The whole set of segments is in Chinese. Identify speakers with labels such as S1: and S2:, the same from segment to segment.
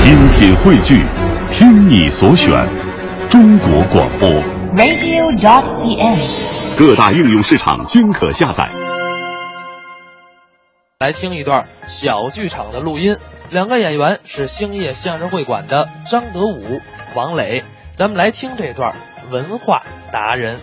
S1: 精品汇聚，听你所选，中国广播。
S2: radio.cn。
S1: 各大应用市场均可下载。
S3: 来听一段小剧场的录音，两个演员是兴业相声会馆的张德武、王磊，咱们来听这段文化达人。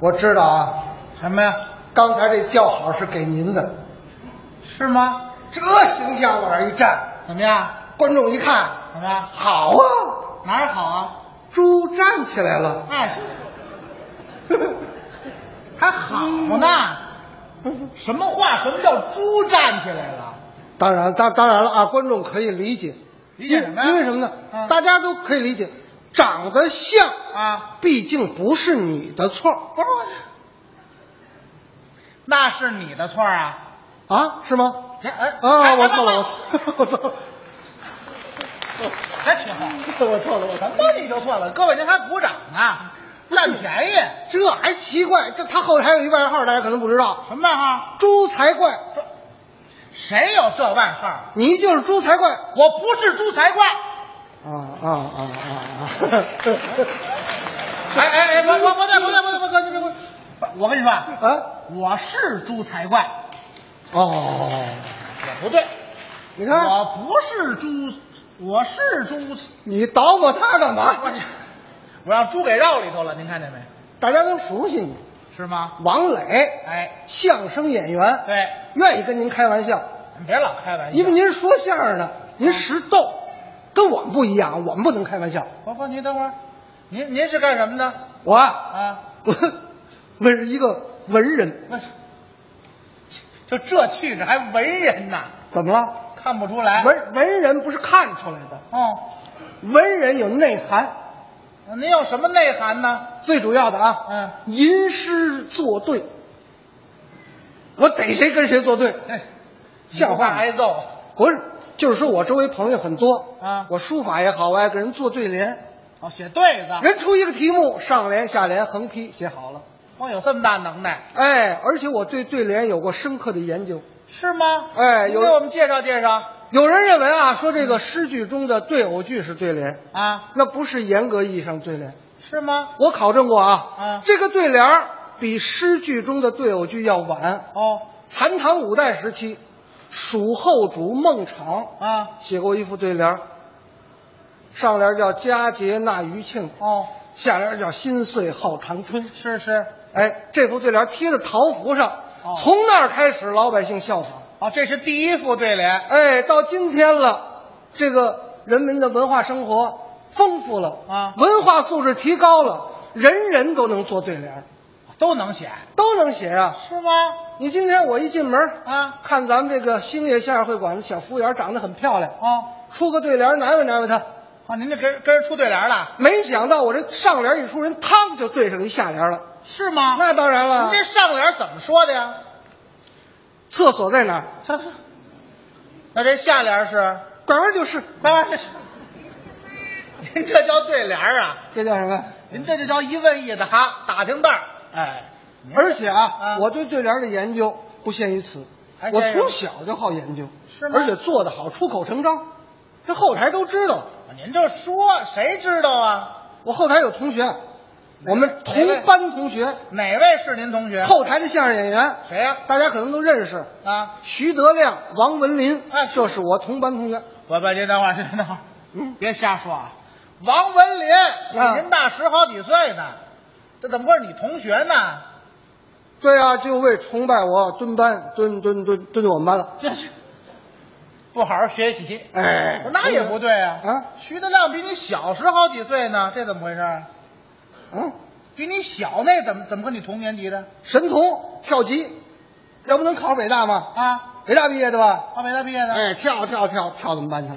S4: 我知道啊，什么呀？刚才这叫好是给您的，是吗？这形象往那儿一站，怎么样？观众一看，怎么样？好啊，哪儿好啊？猪站起来了， 哎，还好呢。什么话？什么叫猪站起来了？当然，当当然了啊，观众可以理解，理解什么呀？嗯因为什么呢？大家都可以理解，长得像啊，哦毕竟不是你的错，不是。
S5: 那是你的错啊！
S4: 啊，是吗？
S5: 哎哎
S4: 啊，
S5: 哎
S4: 我
S5: 哎
S4: 错了，我
S5: 哎
S4: 错了，我错了，
S5: 别起哄，
S4: 我错了，我错
S5: 什
S4: 了。
S5: 么你就错了，各位您还鼓掌呢，占便宜，
S4: 这还奇怪，这他后台还有一外号，大家可能不知道，
S5: 什么外号？
S4: 猪才怪，
S5: 谁有这外号？
S4: 你就是猪才怪。
S5: 我不是猪才怪！
S4: 啊啊啊啊啊！
S5: 哎哎哎，不不不对不对不对不对，哥你别过，我跟你说啊，
S4: 啊，
S5: 我是猪才怪，
S4: 哦，
S5: 也不对，
S4: 你
S5: 我
S4: 看，
S5: 不是猪，我是猪，
S4: 你捣鼓他干嘛？
S5: 我让猪给绕里头了，您看见没？
S4: 大家都熟悉你，
S5: 是吗？
S4: 王磊，
S5: 哎，
S4: 相声演员，
S5: 对，哎
S4: 愿意跟您开玩笑，
S5: 你别老开玩笑，
S4: 因为您是说相声的，
S5: 嗯
S4: 您实逗，跟我们不一样，我们不能开玩笑。
S5: 不不，您等会儿，您您是干什么的
S4: 我啊，
S5: 啊？
S4: 我 我是一个文人，
S5: 不是，就这气质还文人呐，
S4: 怎么了？
S5: 看不出来。
S4: 文文人不是看出来的，
S5: 哦，
S4: 文人有内涵，
S5: 您有什么内涵呢？
S4: 最主要的啊，
S5: 嗯，
S4: 吟诗作对。我逮谁跟谁作对，像话
S5: 你不怕哎
S4: 吗
S5: 挨揍。
S4: 不是，就是说我周围朋友很多
S5: 啊
S4: 我书法也好，我爱跟人做对联，
S5: 哦，写对子，
S4: 人出一个题目，上联、下联、横批写好了。
S5: 我哦有这么大能耐，
S4: 哎，而且我对对联有过深刻的研究。
S5: 是吗？
S4: 哎
S5: 您
S4: 有
S5: 给我们介绍介绍
S4: 有人认为啊，说这个诗句中的对偶句是对联，
S5: 啊？
S4: 那不是严格意义上对联。
S5: 是吗？
S4: 我考证过啊，
S5: 嗯
S4: 这个对联儿比诗句中的对偶句要晚。
S5: 哦，
S4: 残唐五代时期，蜀后主孟昶
S5: 啊，
S4: 写过一副对联儿，上联叫“佳节纳余庆”，
S5: 哦，
S4: 下联叫“心碎号长春
S5: 是是，”。
S4: 哎，这副对联贴在桃符上
S5: 哦，
S4: 从那儿开始老百姓效仿。
S5: 哦，这是第一副对联。
S4: 哎，到今天了，这个人民的文化生活丰富了
S5: 啊
S4: 文化素质提高了，人人都能做对联儿。
S5: 都能写，
S4: 都能写啊！
S5: 是吗？
S4: 你今天我一进门
S5: 啊，
S4: 看咱们这个兴业相声会馆的小服务员长得很漂亮，
S5: 哦，
S4: 出个对联难为难为她。
S5: 哦，您这跟跟人出对联了，
S4: 没想到我这上联一出，人嘡就对上一下联了。
S5: 是吗？
S4: 那当然了
S5: 您，这上联怎么说的呀？
S4: 厕所在哪儿？
S5: 这是，那这下联是？
S4: 拐弯就是，
S5: 啊，这是，您这叫对联儿啊！
S4: 这叫什么？
S5: 您这就叫一问一答，打听道儿。哎，
S4: 而且啊，
S5: 啊
S4: 我对对联的研究不限于此，
S5: 还
S4: 我
S5: 限于
S4: 从小就好研究，
S5: 是吗
S4: 而且做得好，出口成章，这后台都知道。
S5: 您就说，谁知道啊？
S4: 我后台有同学，我们
S5: 哪位
S4: 同班同学，
S5: 哪位是您同学？
S4: 后台的相声演员，
S5: 谁呀、
S4: 大家可能都认识。
S5: 啊？
S4: 徐德亮、王文林，
S5: 哎
S4: 这是我同班同学。
S5: 我不，您等会儿，您等会儿，别瞎说啊！王文林比
S4: 啊
S5: 您大十好几岁呢，这怎么会是你同学呢？
S4: 对啊，就为崇拜我蹲班，蹲蹲蹲蹲我们班了。
S5: 这是不好好学习。
S4: 哎
S5: 不那也不对啊！
S4: 啊
S5: 徐德亮比你小十好几岁呢，这怎么回事啊？
S4: 嗯，
S5: 比你小那怎么怎么跟你同年级的
S4: 神童跳级，要不能考上北大吗？
S5: 啊？
S4: 北大毕业的吧？
S5: 啊，北大毕业的，
S4: 哎，跳跳跳跳怎么办去？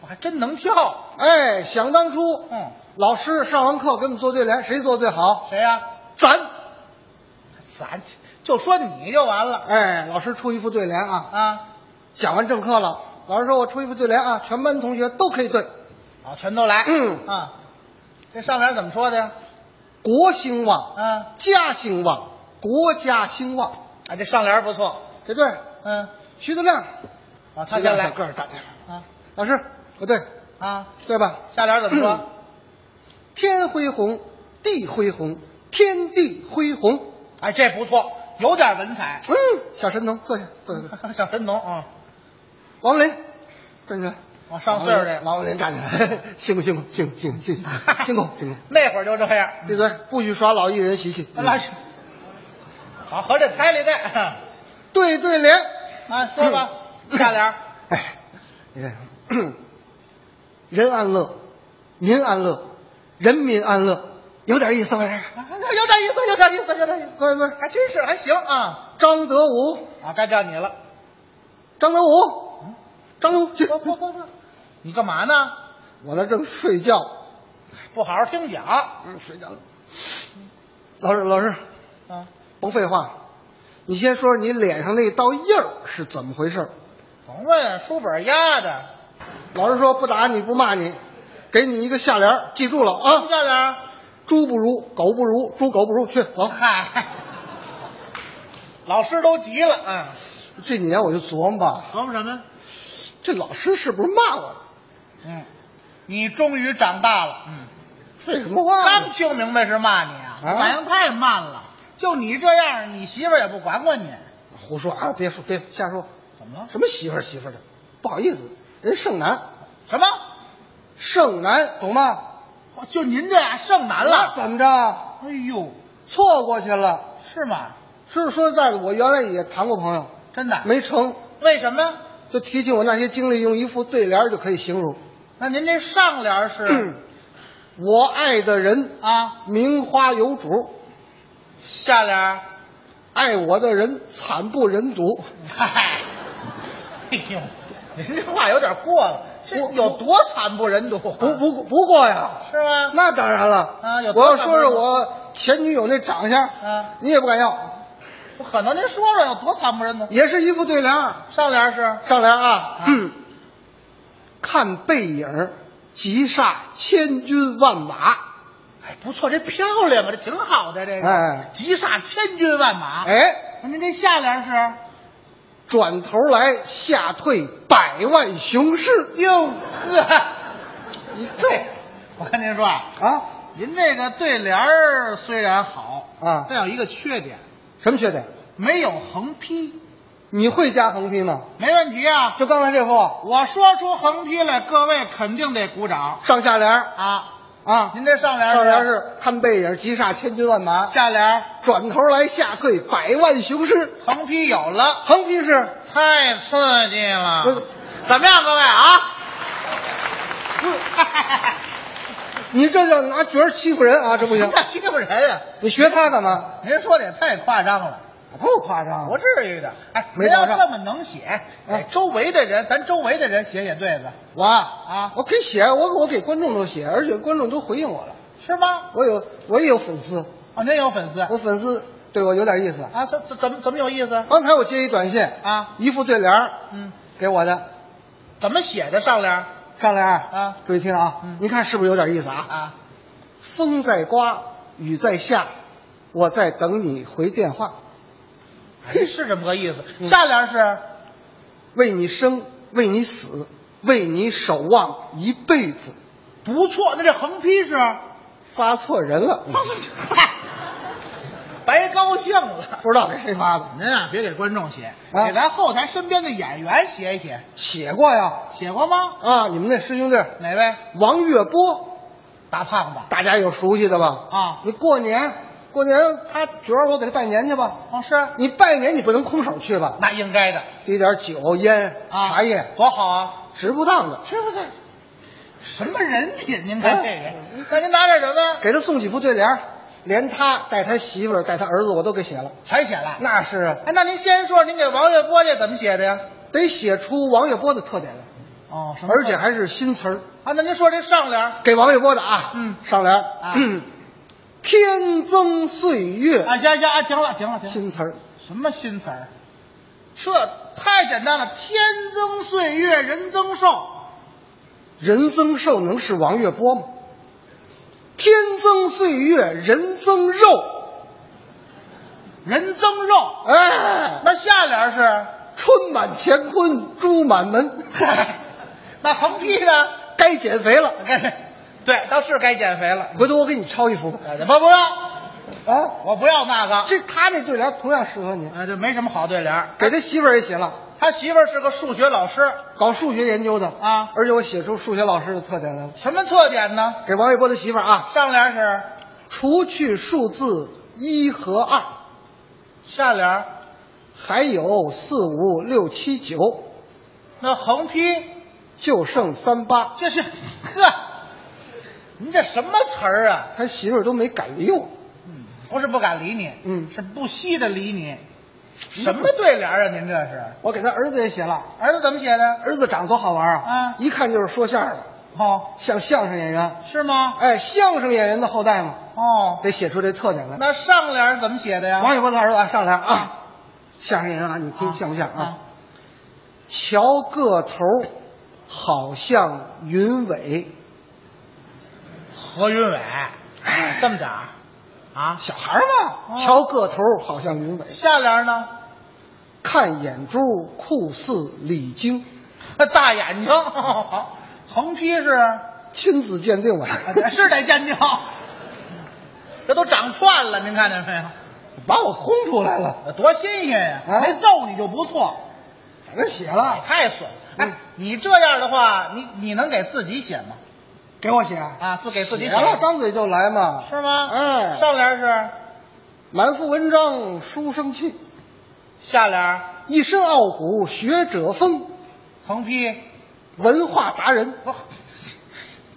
S5: 我还真能跳。
S4: 哎，想当初，
S5: 嗯，
S4: 老师上完课给我们做对联，谁做最好？
S5: 谁呀、
S4: 咱。
S5: 咱就说你就完了
S4: 哎，老师出一副对联啊，
S5: 啊！
S4: 讲完正课了，老师说我出一副对联啊，全班同学都可以对。
S5: 好，全都来。
S4: 嗯
S5: 啊，这上联怎么说的呀？
S4: 国兴旺，
S5: 啊，
S4: 家兴旺，国家兴旺，
S5: 啊，这上联不错。
S4: 这对。
S5: 嗯，
S4: 徐德亮，
S5: 啊，他先来
S4: 小个儿大点。
S5: 啊，
S4: 老师，不对，
S5: 啊，
S4: 对吧？
S5: 下联怎么说？
S4: 天恢宏，地恢宏，天地恢宏。
S5: 哎，这不错，有点文采。
S4: 嗯，小神童坐下，坐下。坐下
S5: 小神童 啊，
S4: 王林，站起来。
S5: 我上岁数这
S4: 王文林站起来，辛苦辛苦辛苦辛苦辛苦辛苦辛苦。
S5: 那会儿就这样。
S4: 闭嘴，不许耍老艺人习气。
S5: 那是，好，合着彩礼的。
S4: 对对联，
S5: 啊，说吧，下联。
S4: 哎，你看，人安乐，民安乐，人民安乐，有点意思吧？
S5: 啊有点意思，有点意思，有点意思，
S4: 坐下坐下。
S5: 还真是还行啊。
S4: 张德武，
S5: 啊，该叫你了。
S4: 张德武，张德武，去
S5: 不不不不，你干嘛呢？
S4: 我那正睡觉，
S5: 不好好听讲。
S4: 嗯，睡觉了。老师，老师，
S5: 啊，
S4: 甭废话，你先说你脸上那道印儿是怎么回事？
S5: 甭问，书本压的。
S4: 老师说不打你不骂你，给你一个下联儿，记住了
S5: 啊，
S4: 啊！
S5: 下联。
S4: 猪不如，狗不如，猪狗不如，去走。
S5: 嗨，老师都急了。嗯，
S4: 这几年我就琢磨吧，
S5: 琢磨什么？
S4: 这老师是不是骂我？
S5: 嗯，你终于长大了。嗯，
S4: 废什么话
S5: 刚
S4: 呢？
S5: 听明白是骂你啊，
S4: 啊
S5: 反应太慢了。就你这样，你媳妇儿也不管管你，
S4: 胡说啊！别说，别瞎说。
S5: 怎么了？
S4: 什么媳妇儿媳妇儿的？不好意思，人剩男，
S5: 什么？
S4: 剩男，懂吗？
S5: 哇就您这样剩
S4: 那
S5: 男了？
S4: 怎么着？
S5: 哎呦，
S4: 错过去了。
S5: 是吗？
S4: 是说实在的，我原来也谈过朋友，
S5: 真的？
S4: 没成，
S5: 为什么？
S4: 就提起我那些经历，用一副对联儿就可以形容。
S5: 那您这上联是
S4: 我爱的人
S5: 啊，
S4: 名花有主，
S5: 下联？
S4: 爱我的人惨不忍
S5: 啊
S4: 睹。
S5: 嗨， 哎呦，您这话有点过了，这
S4: 我
S5: 有多惨不忍睹啊？
S4: 不不不过呀，
S5: 是吗？
S4: 那当然了。
S5: 啊有
S4: 我
S5: 多
S4: 要
S5: 惨
S4: 说
S5: 不
S4: 说
S5: 忍睹
S4: 我前女友那长相，
S5: 啊
S4: 你也不敢要，
S5: 不可能，您说说有多惨不忍睹？
S4: 也是一副对联儿。
S5: 上联是
S4: 上联啊
S5: 啊，
S4: 嗯， 看背影，急煞千军万马。
S5: 哎，不错，这漂亮啊，这挺好的，这个，
S4: 哎
S5: 急煞千军万马。，
S4: 哎，
S5: 那您这下联是？
S4: 转头来吓退百万雄师。
S5: 哟呵，
S4: 你
S5: 这
S4: 这，
S5: 我跟您说啊，
S4: 啊，
S5: 您这个对联儿虽然好
S4: 啊
S5: 但有一个缺点，
S4: 什么缺点？
S5: 没有横批。
S4: 你会加横批吗？
S5: 没问题啊，
S4: 就刚才这副
S5: 我说出横批来，各位肯定得鼓掌
S4: 上下联儿
S5: 啊。
S4: 啊，
S5: 您这上联
S4: 上联是看背影，急煞千军万马。
S5: 下联，
S4: 转头来吓退百万雄师。
S5: 横批有了，
S4: 横批是，
S5: 太刺激了
S4: 不是
S5: 怎么样，各位啊？
S4: 你这叫拿角儿欺负人啊，这不
S5: 什
S4: 行
S5: 么。叫欺负人啊！
S4: 你学他干嘛？
S5: 您说的也太夸张了，
S4: 不夸张，
S5: 不至于的。哎，
S4: 没
S5: 您要
S4: 夸张啊
S5: 这么能写，哎，周围的人，咱周围的人写写对子
S4: 我啊
S5: 啊，
S4: 我可以写，我我给观众都写，而且观众都回应我了。
S5: 是吗？
S4: 我有我也有粉丝，
S5: 哦，您有粉丝
S4: 我粉丝对我有点意思。
S5: 啊？怎怎怎么怎么有意思
S4: 刚才我接一短信，
S5: 啊？
S4: 一副对联儿
S5: 嗯，
S4: 给我的
S5: 怎么写的上联
S4: 上联儿
S5: 啊
S4: 注意听啊，
S5: 嗯
S4: 您看是不是有点意思啊？
S5: 啊？
S4: 风在刮，雨在下，我在等你回电话，
S5: 哎，是这么个意思。
S4: 嗯
S5: 下联是
S4: 为你生，为你死，为你守望一辈子。
S5: 不错，那这横批是，
S4: 发错人了，
S5: 嗨白高兴了。
S4: 不知道给谁发的，
S5: 您啊，别给观众写，
S4: 啊
S5: 给咱后台身边的演员写一写，
S4: 写过呀
S5: 写过吗？
S4: 啊！你们那师兄弟儿
S5: 哪位？
S4: 王月波，
S5: 大胖子。
S4: 大家有熟悉的吧？
S5: 啊
S4: 你过年过年，他觉着我给他拜年去吧。
S5: 哦，是，
S4: 你拜年你不能空手去吧？
S5: 那应该的
S4: 滴点酒、烟、
S5: 啊，
S4: 茶叶，
S5: 多好啊，
S4: 值不嗯当的，啊
S5: 是不是？什么人品？您看这个，那您拿点什么？
S4: 给他送几副对联儿，连他带他媳妇儿带他儿子我都给写了。
S5: 全写了。
S4: 那是
S5: 哎，那您先说，您给王月波这怎么写的呀？
S4: 得写出王月波的特点来，
S5: 哦，什
S4: 而且还是新词儿，
S5: 啊，那您说这上联儿
S4: 给王月波的啊。
S5: 嗯
S4: 上联儿嗯
S5: 啊
S4: 天增岁月，
S5: 啊，行行啊，停了，停了，停了。
S4: 新词儿。
S5: 什么新词儿？这太简单了，天增岁月人增寿，
S4: 人增寿能是王月波吗？天增岁月人增肉，
S5: 人增肉。
S4: 哎，
S5: 那下联儿是？ 哎
S4: 春满乾坤，猪满门。
S5: 那横批呢？
S4: 该减肥了，
S5: 该，对，倒是该减肥了。
S4: 回头我给你抄一幅。
S5: 哎不不要，
S4: 啊，
S5: 我不要那个。
S4: 这他这对联同样适合你，
S5: 啊，这没什么好对联儿。
S4: 给他媳妇儿也写了，
S5: 他媳妇儿是个数学老师，
S4: 搞数学研究的
S5: 啊
S4: 而且我写出数学老师的特点来了。
S5: 什么特点呢？
S4: 给王一博的媳妇儿啊，
S5: 上联是
S4: 除去数字一和二，
S5: 下联，
S4: 还有四五六七九，
S5: 那横批
S4: 就剩三八。
S5: 这是，呵，您这什么词儿啊？
S4: 他媳妇儿都没敢理我，
S5: 不是不敢理你，
S4: 嗯
S5: 是不惜的理你。什么对联儿啊？您这是？
S4: 我给他儿子也写了，
S5: 儿子怎么写的？
S4: 儿子长多好玩啊！
S5: 啊
S4: 一看就是说相声的，
S5: 哦，
S4: 像相声演员，
S5: 是吗？
S4: 哎，相声演员的后代嘛，
S5: 哦，
S4: 得写出这特点来。
S5: 那上联儿怎么写的呀？
S4: 王一博他儿子啊上来啊
S5: 啊，
S4: 相声演员啊，你听像不像啊
S5: 啊？
S4: 瞧个头儿，好像云伟，
S5: 何云伟，这么点儿啊？
S4: 小孩儿嘛，
S5: 啊
S4: 瞧个头儿好像云伟，
S5: 下联呢？
S4: 看眼珠儿酷似李菁，
S5: 大眼睛， 横批是啊
S4: 亲子鉴定啊，
S5: 是得鉴定， 这都长串了，您看见没有？
S4: 把我轰出来了，
S5: 多新鲜呀！
S4: 啊
S5: 没揍你就不错，
S4: 反正写
S5: 你
S4: 了，
S5: 太损了。
S4: 嗯
S5: 哎，你这样的话，你你能给自己写吗？
S4: 给我写
S5: 啊，自给自己
S4: 写
S5: 写
S4: 了张嘴就来嘛，
S5: 是吗？
S4: 哎
S5: 上联是，
S4: 满腹文章书生气，
S5: 下联
S4: 一身傲骨学者风，
S5: 横批，
S4: 文化达人哦
S5: 我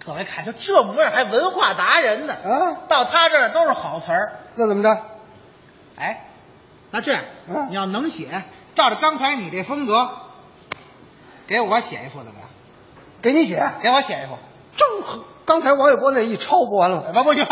S5: 各位看，就这模样还文化达人呢，
S4: 啊，
S5: 到他这儿都是好词儿。
S4: 那怎么着？
S5: 哎，那这样，
S4: 嗯
S5: 你要能写，照着刚才你这风格，给我写一幅怎么样？
S4: 给你写，啊
S5: 给我写一幅，
S4: 正合。刚才王玥波那一抄不完了，
S5: 不不行，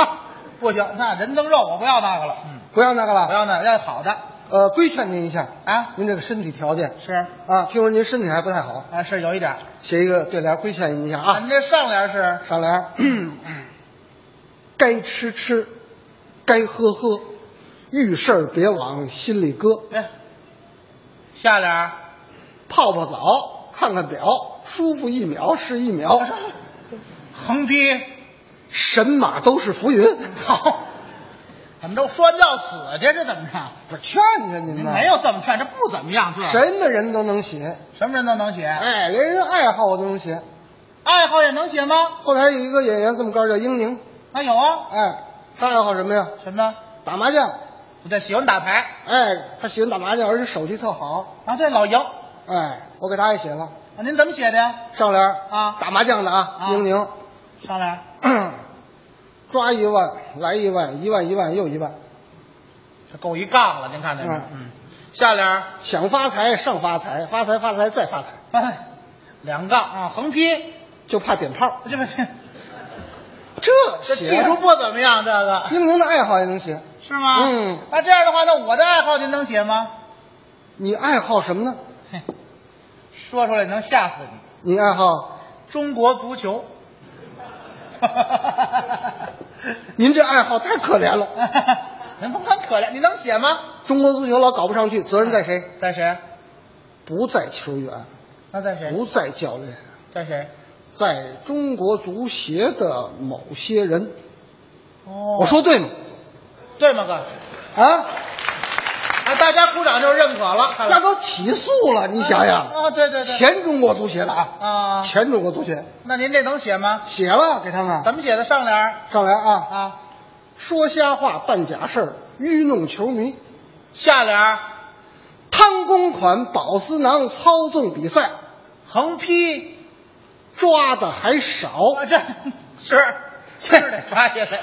S5: 不行，那人增肉我不要那个了，嗯，
S4: 不要那个
S5: 不
S4: 了。
S5: 要那个要好的
S4: 呃，规劝您一下，
S5: 啊，
S4: 您这个身体条件
S5: 是
S4: 啊，听说您身体还不太好，
S5: 啊是有一点儿
S4: 写一个对联规劝您一下啊
S5: 你。这上联是
S4: 上联， 该吃吃，该喝喝，遇事儿别往心里搁。
S5: 哎，下联儿
S4: 泡泡澡，看看表，舒服一秒是一秒。
S5: 横批，
S4: 神马都是浮云。
S5: 好，怎么都说要死去，这怎么着？
S4: 不是劝劝您呢？
S5: 没，有啊这么劝，这不怎么样，这
S4: 什么人都能写，
S5: 什么人都能写，
S4: 哎，连人爱好我都能写。
S5: 爱好也能写吗？
S4: 后台有一个演员这么高叫英宁，
S5: 那有啊，
S4: 哎，他爱好什么呀？
S5: 什么？
S4: 打麻将。
S5: 我这喜欢打牌
S4: 哎，他喜欢打麻将，而且手气特好。
S5: 啊，对，老赢。
S4: 哎，我给他也写了
S5: 啊，您怎么写的呀？
S4: 上联
S5: 啊
S4: 打麻将的啊，
S5: 啊
S4: 英宁，
S5: 上来，
S4: 抓一万来一万，一万一万又一万，
S5: 这够一杠了，您看这是
S4: 嗯。
S5: 嗯，下联儿，
S4: 想发财上发财，发财发财再发财，
S5: 哎两杠啊，横批，
S4: 就怕点炮。
S5: 这不这
S4: 这
S5: 这
S4: 写啊
S5: 技术不怎么样，这个
S4: 英宁的爱好也能写，
S5: 是吗？
S4: 嗯
S5: 那这样的话，那我的爱好您能写吗？
S4: 你爱好什么呢？
S5: 嘿，说出来能吓死你。
S4: 你爱好
S5: 中国足球，
S4: 您这爱好太可怜了。
S5: 您甭看可怜， 你能写吗？
S4: 中国足球老搞不上去，责任在谁？
S5: 在谁？
S4: 不在球员，
S5: 那在谁？
S4: 不在教练，
S5: 在谁？
S4: 在中国足协的某些人。
S5: 哦
S4: 我说对吗？
S5: 对吗，哥？
S4: 啊，
S5: 啊，大家鼓掌就是认可了，看来
S4: 那都起诉了，你想想，
S5: 啊，对对对，
S4: 前中国足协的啊，
S5: 啊，
S4: 前中国足协
S5: 那您这能写吗？
S4: 写了给他们
S5: 怎么写的上联儿
S4: 上来啊，
S5: 啊？
S4: 说瞎话，办假事儿，愚弄球迷，
S5: 下联儿
S4: 贪公款，饱私囊，操纵比赛，
S5: 横批
S4: 抓的还少。
S5: 啊，这是是得抓起来。